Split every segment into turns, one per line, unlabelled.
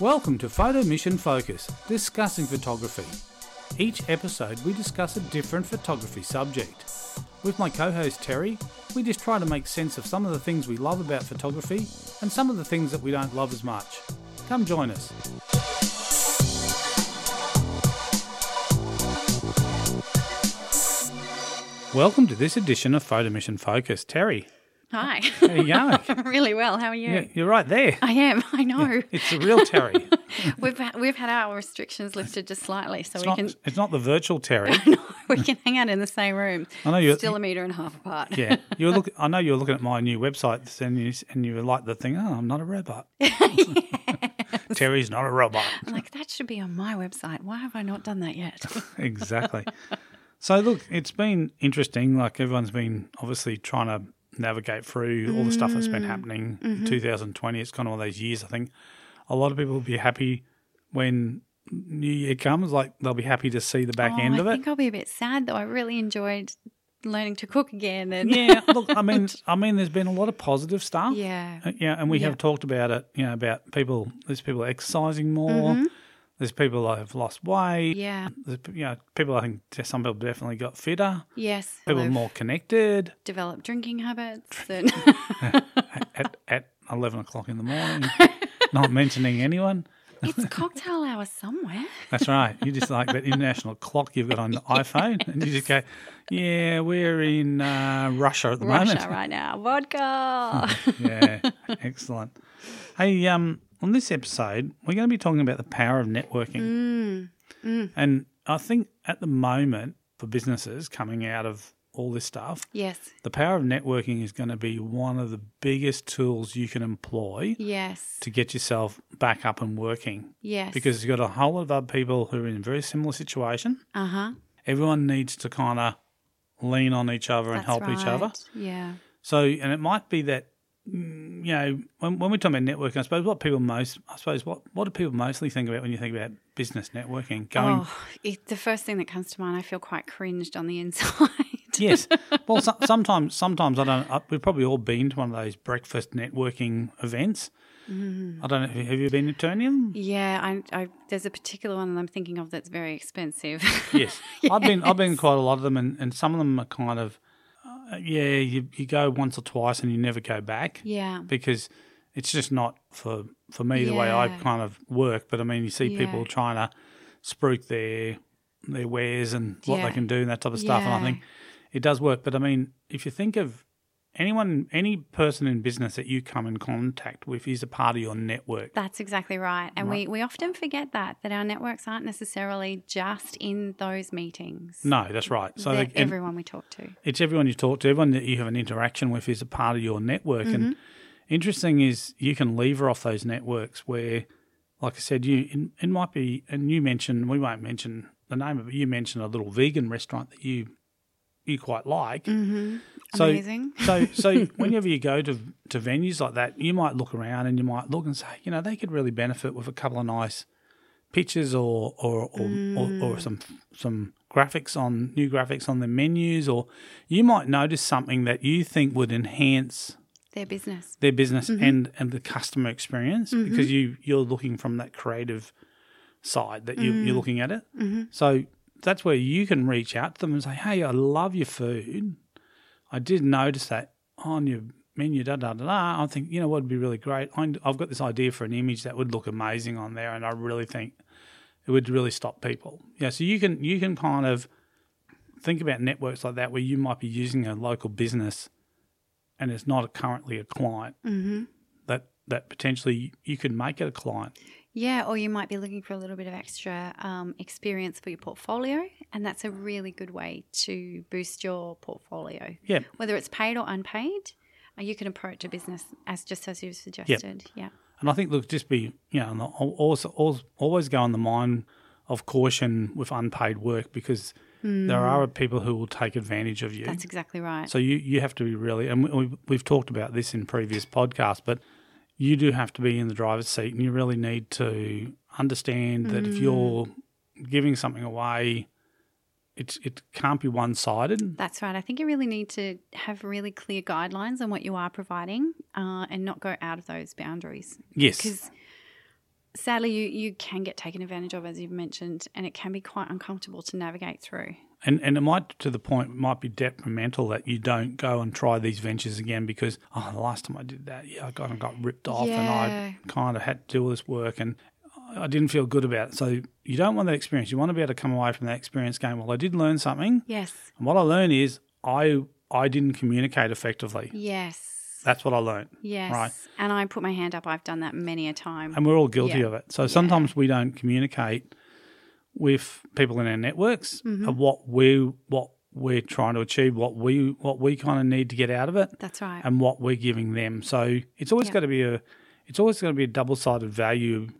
Welcome to Photo Mission Focus, discussing photography. Each episode, we discuss a different photography subject. With my co host Terry, we just try to make sense of some of the things we love about photography and some of the things that we don't love as much. Come join us. Welcome to this edition of Photo Mission Focus. Terry,
Hi.
how you going?
really well. How are you?
Yeah, You're right there.
I am. I know.
It's the real Terry.
We've ha- we've had our restrictions lifted just slightly, so
It's
we
not,
can
it's not the virtual Terry.
we can hang out in the same room.
I know you're-
still a meter and a half apart.
Yeah, you were look. I know you were looking at my new website, and you and you were like the thing. Oh, I'm not a robot. Terry's not a robot.
I'm like that should be on my website. Why have I not done that yet?
exactly. So look, it's been interesting. Like everyone's been obviously trying to navigate through all the stuff that's been
Mm-hmm.
happening. in 2020. It's kind of one of those years. I think a lot of people will be happy when New Year comes. Like they'll be happy to see the back
Oh,
end of
I
it.
think I'll be a bit sad though. I really enjoyed learning to cook again, and
yeah. Look, I mean, I mean, there's been a lot of positive stuff.
yeah,
Uh, Yeah, and we
Yeah.
have talked about it. You know, about people. There's people exercising more. There's people that have lost weight.
Mm-hmm. yeah,
There's, you know, people. I think t- some people definitely got fitter.
yes.
People
I've
more connected
developed drinking habits, and
at, at eleven o'clock in the morning. not mentioning anyone.
it's cocktail hour somewhere.
That's right. You just like that international clock you've got on the iPhone, and you just go, "Yeah, we're in uh, Russia at the moment."
Russia right now, vodka.
yeah, excellent. Hey, um, on this episode, we're going to be talking about the power of networking.
Mm.
And I think at the moment, for businesses coming out of all this stuff,
yes,
the power of networking is going to be one of the biggest tools you can employ
yes,
to get yourself back up and working
yes.
because you've got a whole lot of other people who are in a very similar situation.
uh huh.
Everyone needs to kind of lean on each other and help each other.
Yeah.
So, and it might be that, mm, you know, when, when we talk about networking, I suppose what people most, I suppose what, what do people mostly think about when you think about business networking? Going,
Oh, it, the first thing that comes to mind, I feel quite cringed on the inside.
yes. Well, so, sometimes, sometimes I don't, I, we've probably all been to one of those breakfast networking events. I don't know, have you been to any of them?
yeah, I, I, there's a particular one that I'm thinking of that's very expensive.
Yes. I've been, I've been quite a lot of them and, and some of them are kind of, uh, yeah, you, you go once or twice and you never go back.
yeah.
because it's just not for for me the way I
Yeah.
kind of work. But I mean, you see people
Yeah.
trying to spruik their their wares and what
Yeah.
they can do and that type of stuff, and I
Yeah.
think it does work. But I mean, if you think of anyone, any person in business that you come in contact with is a part of your network.
That's exactly right. And we, we often forget that, that our networks aren't necessarily just in those meetings.
No, that's right. Mm, So
They're
they- and
everyone we talk to.
it's everyone you talk to, everyone that you have an interaction with is a part of your network. And interesting is you can lever off those networks where, like I said, you it, it might be, and you mentioned we won't mention the name of it. You mentioned a little vegan restaurant that you you quite like. So-
Amazing.
So so whenever you go to to venues like that, you might look around and you might look and say, you know, they could really benefit with a couple of nice pictures or or or, or, or some some graphics on new graphics on the menus or you might notice something that you think would enhance
Their business.
their business and and the customer experience because you you're looking from that creative side that you, you're looking at it so that's where you can reach out to them and say hey i love your food i did notice that on your menu da da da da i think you know what would be really great I- i've got this idea for an image that would look amazing on there and i really think it would really stop people yeah so you can you can kind of think about networks like that where you might be using a local business and it's not currently a client that that potentially you could make it a client.
Yeah, or you might be looking for a little bit of extra um, experience for your portfolio, and that's a really good way to boost your portfolio.
Yeah,
Whether it's paid or unpaid, uh, you can approach a business as just as you've suggested. Yeah.
and I think look, just be you know, and al- also, al- always go on the mind of caution with unpaid work because there are people who will take advantage of you.
that's exactly right.
So you you have to be really, and we- we, we've talked about this in previous podcasts, but you do have to be in the driver's seat, and you really need to understand that if you're giving something away, it's it can't be one sided.
that's right. I think you really need to have really clear guidelines on what you are providing uh, and not go out of those boundaries.
Yes,
Because sadly, you, you can get taken advantage of, as you've mentioned, and it can be quite uncomfortable to navigate through.
And and it might to the point it might be detrimental that you don't go and try these ventures again because oh the last time I did that yeah I kind of got ripped off and
Yeah.
I kind of had to do all this work and I- I didn't feel good about it. So you don't want that experience. You want to be able to come away from that experience going well I did learn something
Yes.
and what I learned is I I didn't communicate effectively.
Yes.
That's what I learned.
Yes.
Right.
And I put my hand up. I've done that many a time.
and we're all guilty
Yeah.
of it. So sometimes we don't communicate with people in our networks
Mm-hmm.
of what we what we're trying to achieve, what we what we kind of need to get out of it,
That's right.
and what we're giving them. So it's always
Yeah.
got to be a it's always going to be a double sided value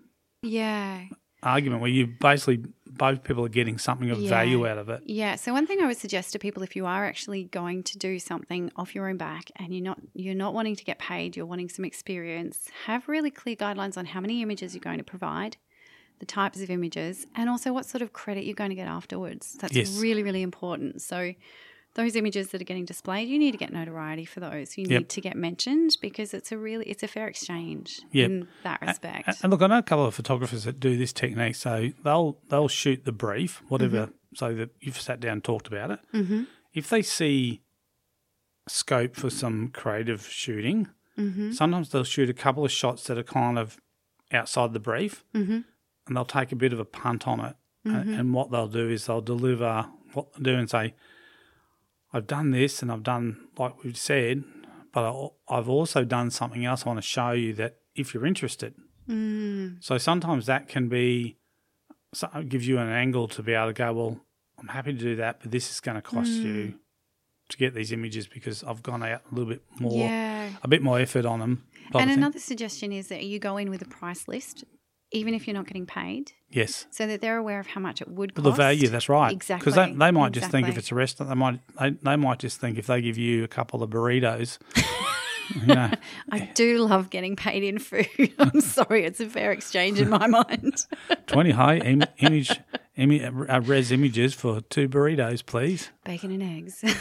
yeah.
argument where you basically both people are getting something of
Yeah.
value out of it.
Yeah. So one thing I would suggest to people if you are actually going to do something off your own back and you're not you're not wanting to get paid, you're wanting some experience, have really clear guidelines on how many images you're going to provide, the types of images, and also what sort of credit you're going to get afterwards. That's
Yes.
really, really important. So those images that are getting displayed, you need to get notoriety for those. You
Yep.
need to get mentioned because it's a really it's a fair exchange
Yep.
in that respect.
And look, I know a couple of photographers that do this technique. So they'll they'll shoot the brief, whatever, so that you've sat down and talked about it.
mm-hmm.
if they see scope for some creative shooting,
Mm-hmm.
sometimes they'll shoot a couple of shots that are kind of outside the brief
Mm-hmm.
and they'll take a bit of a punt on it. A- And, what they'll do is they'll deliver what they do and say, I've done this and I've done like we've said, but I, al- I've also done something else I want to show you that if you're interested.
Mm.
So sometimes that can be so it gives you an angle to be able to go, well, I'm happy to do that, but this is going to cost
Mm.
you to get these images because I've gone out a little bit more,
Yeah.
a bit more effort on them.
And another suggestion is that you go in with a price list, even if you're not getting paid,
yes,
so that they're aware of how much it would
but
cost.
the value. That's right.
Exactly.
Because they, they might just think if
Exactly.
it's a restaurant, they might they, they might just think if they give you a couple of burritos, you know,
I do love getting paid in food. I'm sorry, it's a fair exchange in my mind.
twenty high im, image. Imi, uh, res images for two burritos, please.
Bacon and eggs.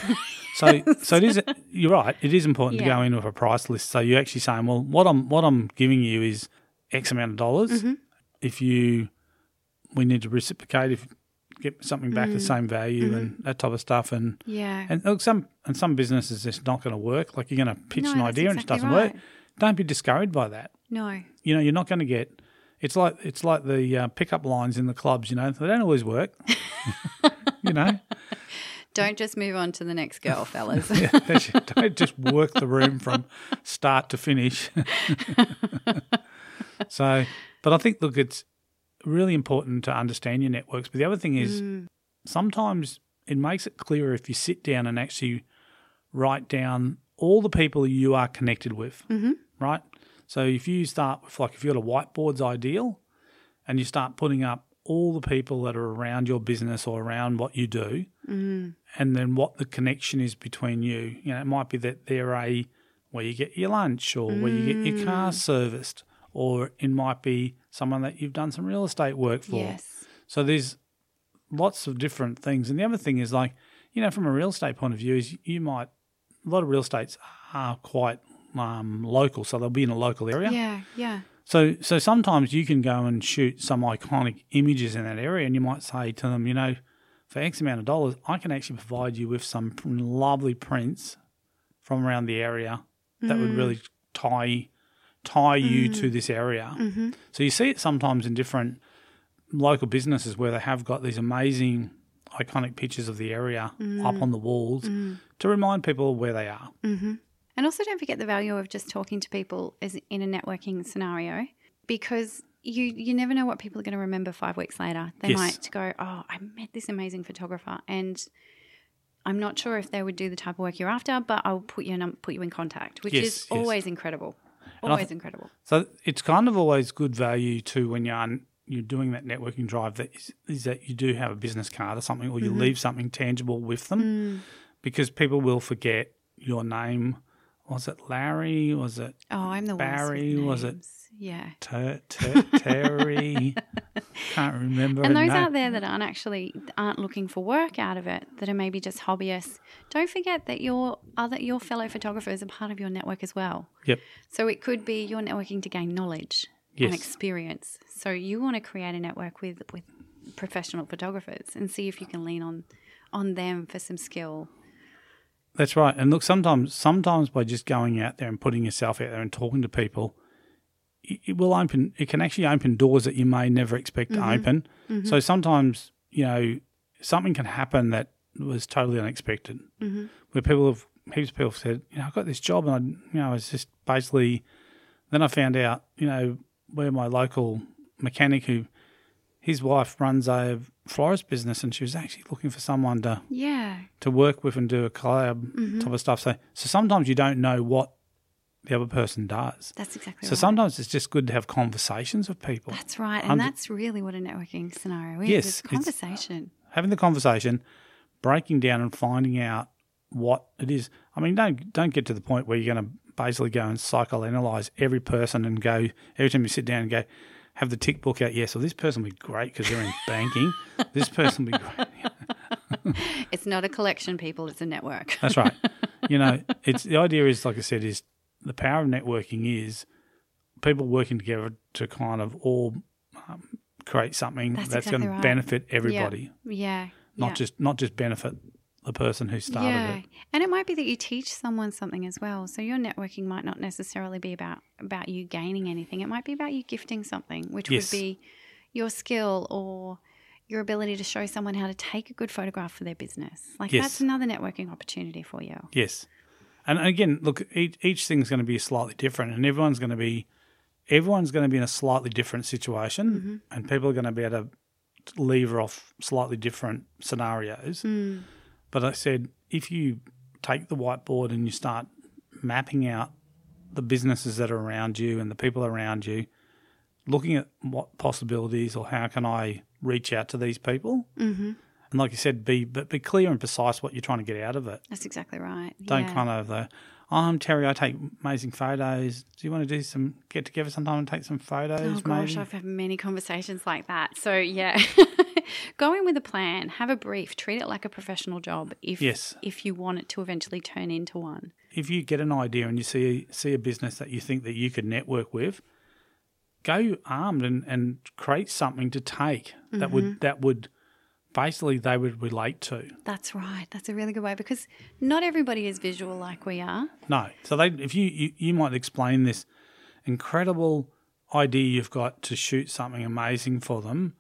So, so it is. You're right. It is important to
Yeah.
go in with a price list. So you're actually saying, well, what I'm what I'm giving you is X amount of dollars.
Mm-hmm.
If you, we need to reciprocate. If get something back
Mm.
the same value
Mm-hmm.
and that type of stuff. And
yeah.
and look, some and some businesses it's not going to work. Like you're going to pitch
No,
an
that's
idea and it
exactly
doesn't
right.
work. Don't be discouraged by that.
No.
You know, you're not going to get. It's like it's like the uh, pickup lines in the clubs. You know, they don't always work. you know.
Don't just move on to the next girl, fellas.
Yeah, they should- don't just work the room from start to finish. so, but I think, look, it's really important to understand your networks. But the other thing is sometimes it makes it clearer if you sit down and actually write down all the people you are connected with, right? So if you start with, like, if you're at a whiteboard's ideal and you start putting up all the people that are around your business or around what you do, and then what the connection is between you. You know, it might be that they're a where you get your lunch or where you get your car serviced, or it might be someone that you've done some real estate work for.
yes.
So there's lots of different things. And the other thing is like, you know, from a real estate point of view, is you might a lot of real estates are quite um, local, so they'll be in a local area.
Yeah. Yeah.
So so sometimes you can go and shoot some iconic images in that area, and you might say to them, you know, for X amount of dollars, I can actually provide you with some pr- lovely prints from around the area that would really tie tie you to this area. So you see it sometimes in different local businesses where they have got these amazing iconic pictures of the area up on the walls to remind people where they are.
And also, don't forget the value of just talking to people as in a networking scenario, because you you never know what people are going to remember five weeks later. They
Yes.
might go, "Oh, I met this amazing photographer," and I'm not sure if they would do the type of work you're after, but I'll put you in, put you in contact, which
Yes,
is
yes.
always incredible,
And I
always
th-
incredible.
So it's kind of always good value too when you are you're doing that networking drive that is, is that you do have a business card or something, or you
Mm-hmm.
leave something tangible with
Mm.
them, because people will forget your name. Was it Larry? Was it
Oh, I'm the worst with
Barry, was it?
names. Yeah.
ter- Ter- Terry? Can't remember.
And
a
those
name.
out there that aren't actually aren't looking for work out of it, that are maybe just hobbyists, don't forget that your other your fellow photographers are part of your network as well.
Yep.
So it could be you're networking to gain knowledge, and
Yes.
experience. So you want to create a network with with professional photographers and see if you can lean on on them for some skill.
That's right. And look, sometimes sometimes by just going out there and putting yourself out there and talking to people, it, it will open. It can actually open doors that you may never expect to open. So sometimes you know something can happen that was totally unexpected, mm-hmm. where people have heaps of people have said, you know, I got this job and I, you know, it's just basically. Then I found out, you know, where my local mechanic who. His wife runs a florist business, and she was actually looking for someone to
Yeah.
to work with and do a collab type of stuff. So, so sometimes you don't know what the other person does.
That's exactly
So
right.
sometimes it's just good to have conversations with people,
that's right. And
Hundred-
that's really what a networking scenario is.
Yes,
it's
it's-
conversation.
having the conversation, breaking down and finding out what it is. I mean, don't don't get to the point where you're going to basically go and psychoanalyze every person and go every time you sit down and go have the tick book out. Yeah, so this person will be great because they're in banking. This person will be great.
It's not a collection, people, it's a network.
That's right. you know, it's the idea is like I said is the power of networking is people working together to kind of all um, create something
That's
that's,
exactly
going to
right.
benefit everybody,
yeah.
not
yeah.
just not just benefit the person who started
yeah.
it.
And it might be that you teach someone something as well. So your networking might not necessarily be about about you gaining anything. It might be about you gifting something, which
Yes.
would be your skill or your ability to show someone how to take a good photograph for their business. Like
Yes.
that's another networking opportunity for you.
Yes. And again, look, each, each thing's going to be slightly different, and everyone's going to be everyone's going to be in a slightly different situation, and people are going to be able to lever off slightly different scenarios. But I said, if you take the whiteboard and you start mapping out the businesses that are around you and the people around you, looking at what possibilities or how can I reach out to these people, mm-hmm. and like you said, be but be clear and precise what you're trying to get out of it.
That's exactly right.
Don't
yeah.
kind of the, "Oh, I'm Terry. I take amazing photos. Do you want to do some get together sometime and take some photos?
Oh gosh,
maybe?
I've had many conversations like that. So yeah, go in with a plan, have a brief, treat it like a professional job. If
Yes.
if you want it to eventually turn into one,
If you get an idea and you see see a business that you think that you could network with, go armed and, and create something to take that
Mm-hmm.
would that would basically they would relate to.
That's right. That's a really good way because not everybody is visual like we are.
No, so they if you you, you might explain this incredible idea you've got to shoot something amazing for them.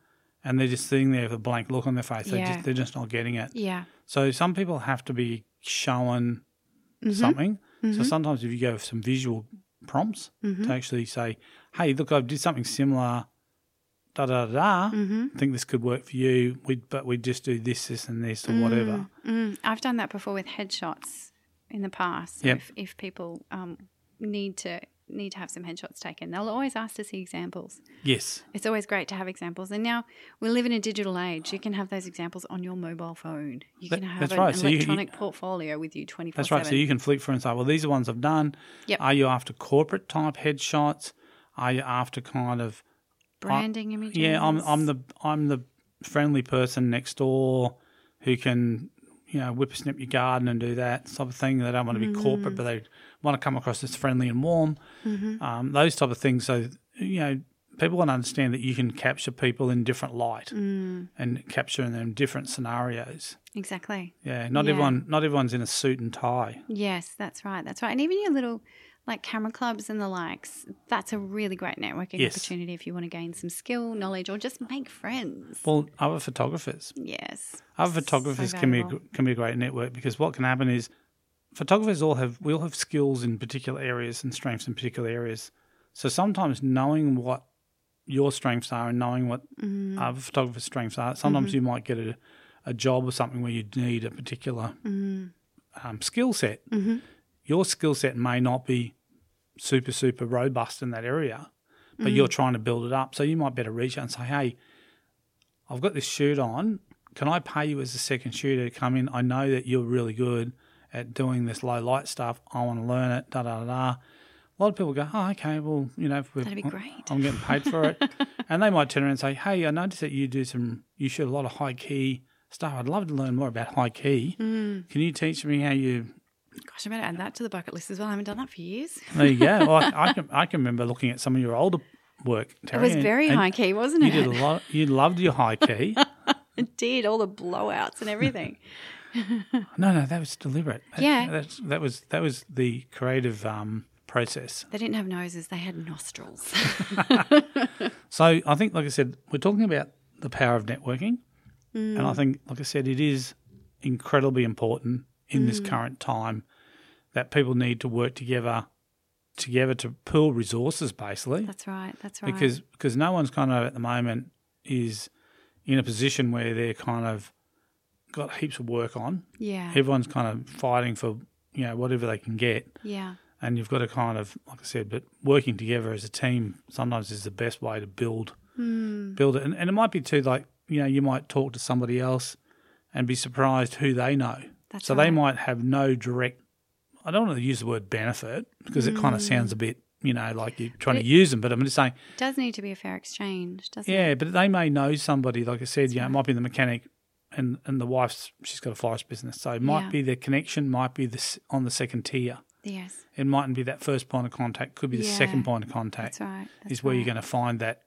And they're just sitting there with a blank look on their face. They
Yeah.
just, they're just not getting it.
Yeah.
So some people have to be shown
Mm-hmm.
something. So sometimes if you go with some visual prompts
Mm-hmm.
to actually say, "Hey, look, I did something similar." Da da da. da.
Mm-hmm.
I think this could work for you. We but we just do this, this, and this, or whatever.
Mm, I've done that before with headshots in the past. So
Yep.
If, if people um, need to need to have some headshots taken, they'll always ask to see examples.
Yes,
It's always great to have examples. And now we live in a digital age. You can have those examples on your mobile phone. You
That-
can have
that's
an
right. So you- you-
electronic portfolio with you 24
that's right. So you can flip through and say, "Well, these are ones I've done."
Yep.
Are you after corporate type headshots? Are you after kind of
Branding images.
Yeah, I'm I'm the I'm the friendly person next door who can you know whippersnip your garden and do that sort of thing. They don't want to be corporate, but they want to come across as friendly and warm. Um, those type of things. So you know, people want to understand that you can capture people in different light and capture them in different scenarios.
Exactly.
Yeah, not
Yeah.
everyone not everyone's in a suit and tie.
Yes, that's right. That's right. And even your little like camera clubs and the likes, that's a really great networking
Yes.
opportunity if you want to gain some skill, knowledge, or just make friends.
Well, other photographers.
Yes.
Other photographers can be a, gr-
valuable.
can be a great network because what can happen is photographers all have we all have skills in particular areas and strengths in particular areas. So sometimes knowing what your strengths are and knowing what other photographers' strengths are, sometimes you might get a, a job or something where you need a particular um, skill set. Your skill set may not be super super robust in that area, but you're
Mm.
trying to build it up. So you might better reach out and say, "Hey, I've got this shoot on. Can I pay you as a second shooter to come in? I know that you're really good at doing this low light stuff. I want to learn it. Da da da. da. A lot of people go, oh, okay, well, you know, if we're,
That'd be great.
I'm getting paid for it, and they might turn around and say, hey, I noticed that you do some, you shoot a lot of high key stuff. I'd love to learn more about high key.
Mm.
Can you teach me how you?
Gosh, I better add that to the bucket list as well. I haven't done that for years.
There you go. well, I, I can I can remember looking at some of your older work, Terry.
It was
and-
very
and
high key, wasn't
You
it?
did a lot. You loved your high key.
It did all the blowouts and everything.
No, no, that was deliberate. That,
Yeah.
that's, that was that was the creative um, process.
they didn't have noses; they had nostrils.
So I think, like I said, we're talking about the power of networking,
Mm.
and I think, like I said, it is incredibly important in
Mm.
this current time that people need to work together, together to pool resources, basically,
that's right. That's right.
because because no one's kind of at the moment is in a position where they're kind of got heaps of work on.
yeah,
Everyone's kind of fighting for you know whatever they can get.
yeah,
and you've got to kind of like I said, but working together as a team sometimes is the best way to build
Hmm.
build it. And, and it might be too like you know you might talk to somebody else and be surprised who they know.
That's
so
right.
they might have no direct. I don't want to use the word benefit because it
Hmm.
kind of sounds a bit you know like you're trying to use them, but I'm just saying
does need to be a fair exchange, doesn't it?
yeah, but they may know somebody, like I said, you know, it might be the mechanic and, and the wife's, she's got a florist business. So it might
Yeah.
be the connection, might be this on the second tier.
Yes,
It mightn't be that first point of contact, could be the
Yeah.
second point of contact
that's right. That's
is where you're
right.
going to find that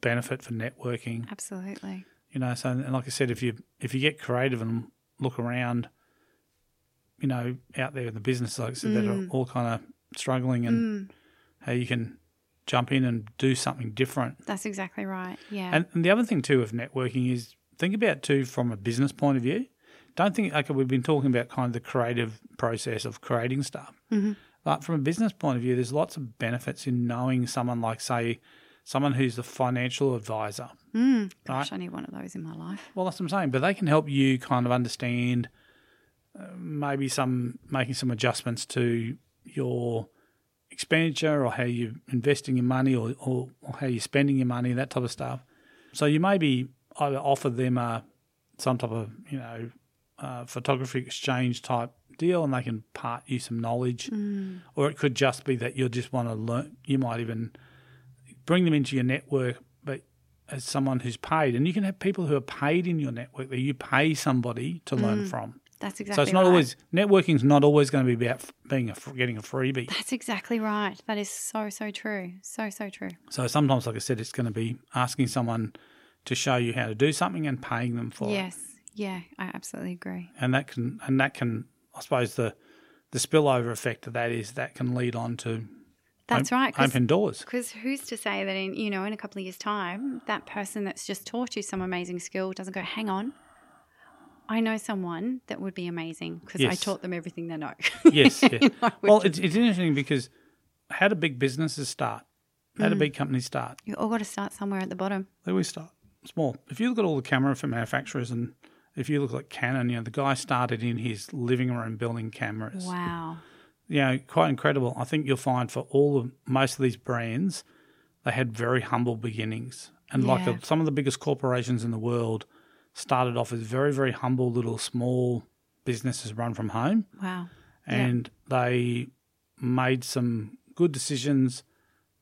benefit for networking.
Absolutely.
You know, so and like I said, if you if you get creative and look around, you know, out there in the business, like I said, that
Mm.
are all kind of struggling and how you can jump in and do something different.
That's exactly right. Yeah.
And, and the other thing too of networking is think about too from a business point of view. Don't think okay, we've been talking about kind of the creative process of creating stuff, but from a business point of view, there's lots of benefits in knowing someone like say someone who's the financial advisor.
Gosh, I need one of those in my life.
Well, that's what I'm saying, but they can help you kind of understand uh, maybe some making some adjustments to your expenditure or how you're investing your money or, or, or how you're spending your money, that type of stuff. So you maybe either offer them a, some type of, you know, uh, photography exchange type deal and they can part you some knowledge. Or it could just be that you'll just want to learn. You might even bring them into your network, but as someone who's paid. And you can have people who are paid in your network that you pay somebody to learn from.
That's Mm, exactly.
So it's not
right.
always networking's not always going to be about f- being a f- getting a freebie.
That's exactly right. That is so so true. So so true.
So sometimes, like I said, it's going to be asking someone to show you how to do something and paying them for it,
Yes. Yeah, I absolutely agree.
and that can and that can I suppose the the spillover effect of that is that can lead on to
That's
op-
right. 'cause-
open doors.
Because who's to say that in you know in a couple of years' time that person that's just taught you some amazing skill doesn't go, hang on, I know someone that would be amazing because I
Yes.
taught them everything they know.
Yes, yeah. well, it's it's interesting because how do big businesses start? How
Mm.
do big companies start?
you all got to start somewhere at the bottom.
They always start small. If you look at all the camera for manufacturers, and if you look at Canon, you know the guy started in his living room building cameras.
Wow.
you know, quite incredible. I think you'll find for all of most of these brands, they had very humble beginnings, and like
Yeah.
a, some of the biggest corporations in the world started off as very, very humble little small businesses run from home,
Wow.
and they made some good decisions.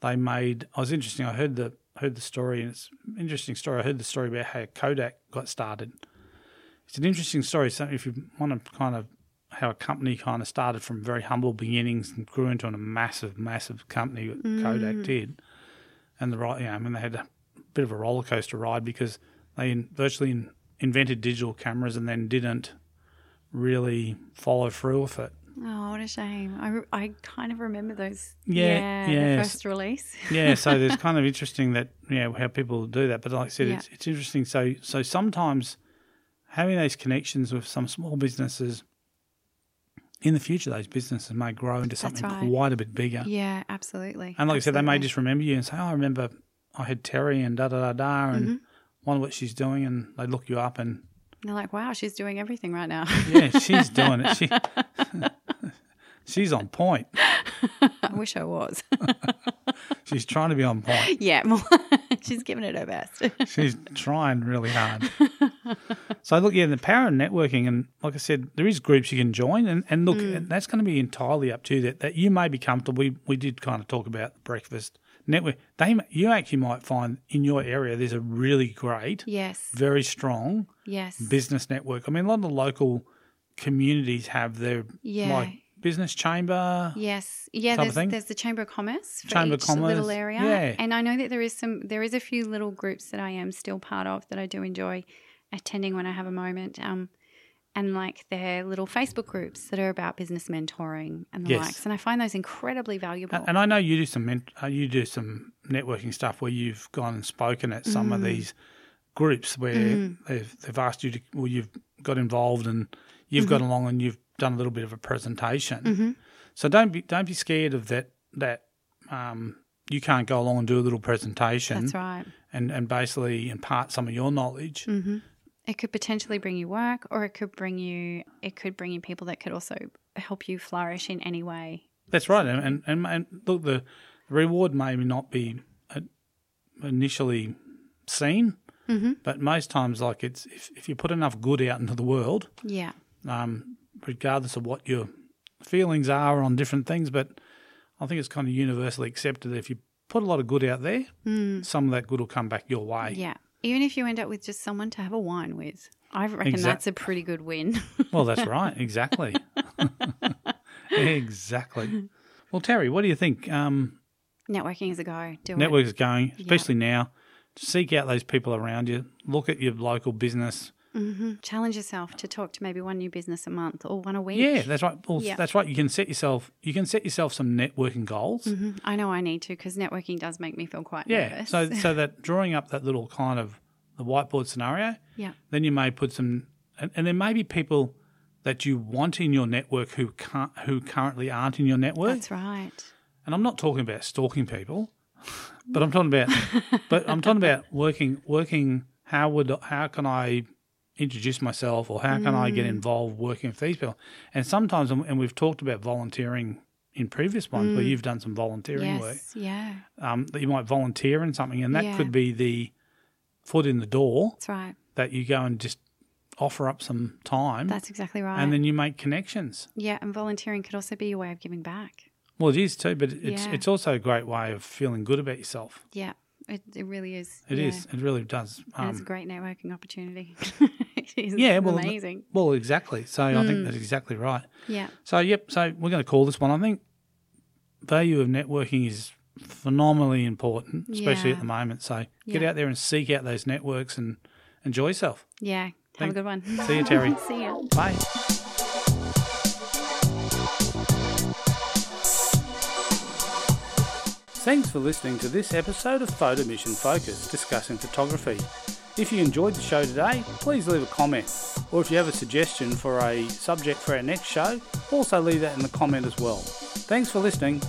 They made. I was interesting. I heard the heard the story, and it's an interesting story. I heard the story about how Kodak got started. It's an interesting story. So if you want to kind of how a company kind of started from very humble beginnings and grew into a massive, massive company, that Kodak did, and the right, you know, I mean, they had a bit of a roller coaster ride because they in, virtually in, invented digital cameras and then didn't really follow through with it.
Oh, what a shame. I, re- I kind of remember those.
Yeah,
The
yes.
first release.
yeah, so there's kind of interesting that you know how people do that. But like I said,
Yeah.
it's it's interesting. So so sometimes having those connections with some small businesses in the future, those businesses may grow into something
right.
quite a bit bigger.
Yeah, absolutely.
And like I said, they may
Absolutely.
just remember you and say, "Oh, I remember I had Terry and da da da da,"
Mm-hmm.
and wonder what she's doing, and they look you up and
And They're like, wow, she's doing everything right now.
yeah, she's doing it. She, she's on point.
I wish I was.
She's trying to be on point.
yeah, more. she's giving it her best.
She's trying really hard. so look, yeah, the power of networking, and like I said, there is groups you can join, and, and look, that's going to be entirely up to you that that you may be comfortable. We we did kind of talk about breakfast network. They m- you actually might find in your area there's a really great,
yes.
very strong
Yes.
business network. I mean, a lot of the local communities have their
Yeah.
like business chamber.
Yes. Yeah,
Type of
there's,
thing?
there's the Chamber of Commerce for
Chamber of
each
Commerce,
little area.
yeah.
And I know that there is some there is a few little groups that I am still part of that I do enjoy attending when I have a moment. Um and like their little Facebook groups that are about business mentoring and the
Yes.
likes. And I find those incredibly valuable.
And I know you do some ment- uh, you do some networking stuff where you've gone and spoken at some
Mm.
of these groups where they've they've asked you to, or you've got involved and
Mm-hmm.
you've got along and you've done a little bit of a presentation. So don't be don't be scared of that that um, you can't go along and do a little presentation
That's right.
and and basically impart some of your knowledge.
Mm-hmm. It could potentially bring you work or it could bring you it could bring you people that could also help you flourish in any way.
That's right, and and, and, and look, the reward may not be uh, initially seen, but most times, like it's if, if you put enough good out into the world,
Yeah.
um, regardless of what your feelings are on different things, but I think it's kind of universally accepted that if you put a lot of good out there, some of that good will come back your way.
Yeah. Even if you end up with just someone to have a wine with. I reckon
Exact-
that's a pretty good win.
Well, that's right, exactly, exactly. Well, Terry, what do you think? Um,
Networking is a go. Do it.
Network is going, especially now. Seek out those people around you. Look at your local business.
Challenge yourself to talk to maybe one new business a month or one a week.
Yeah, that's right. Well,
Yeah.
that's right. You can set yourself. You can set yourself some networking goals.
Mhm. I know I need to because networking does make me feel quite
Yeah.
nervous.
So so that drawing up that little kind of the whiteboard scenario,
yeah.
then you may put some, and, and there may be people that you want in your network who can't, who currently aren't in your network.
That's right.
and I'm not talking about stalking people, but I'm talking about, but I'm talking about working, working. How would, how can I introduce myself, or how can I get
Mm.
involved working with these people? And sometimes, and we've talked about volunteering in previous ones where you've done some volunteering work.
Mm. Yes. Yeah.
Um, that you might volunteer in something, and that
Yeah.
could be the foot in the door
That's right.
that you go and just offer up some time,
That's exactly right.
and then you make connections.
yeah. And volunteering could also be your way of giving back.
Well, it is too, but it's
Yeah.
it's also a great way of feeling good about yourself.
Yeah. It, it really is.
It
yeah.
is. It really does.
And it's a
Um,
great networking opportunity. it is
yeah. Well,
amazing.
Well, exactly. So I
Hmm.
think that's exactly right.
Yeah.
So yep. So we're going to call this one. I think value of networking is phenomenally important, especially
Yeah.
at the moment. So get
Yeah.
out there and seek out those networks and enjoy yourself.
Yeah. Have
Thank-
a good one.
See you, Terry.
See ya.
Bye. Thanks for listening to this episode of Photo Mission Focus discussing photography. If you enjoyed the show today, please leave a comment. Or if you have a suggestion for a subject for our next show, also leave that in the comment as well. Thanks for listening.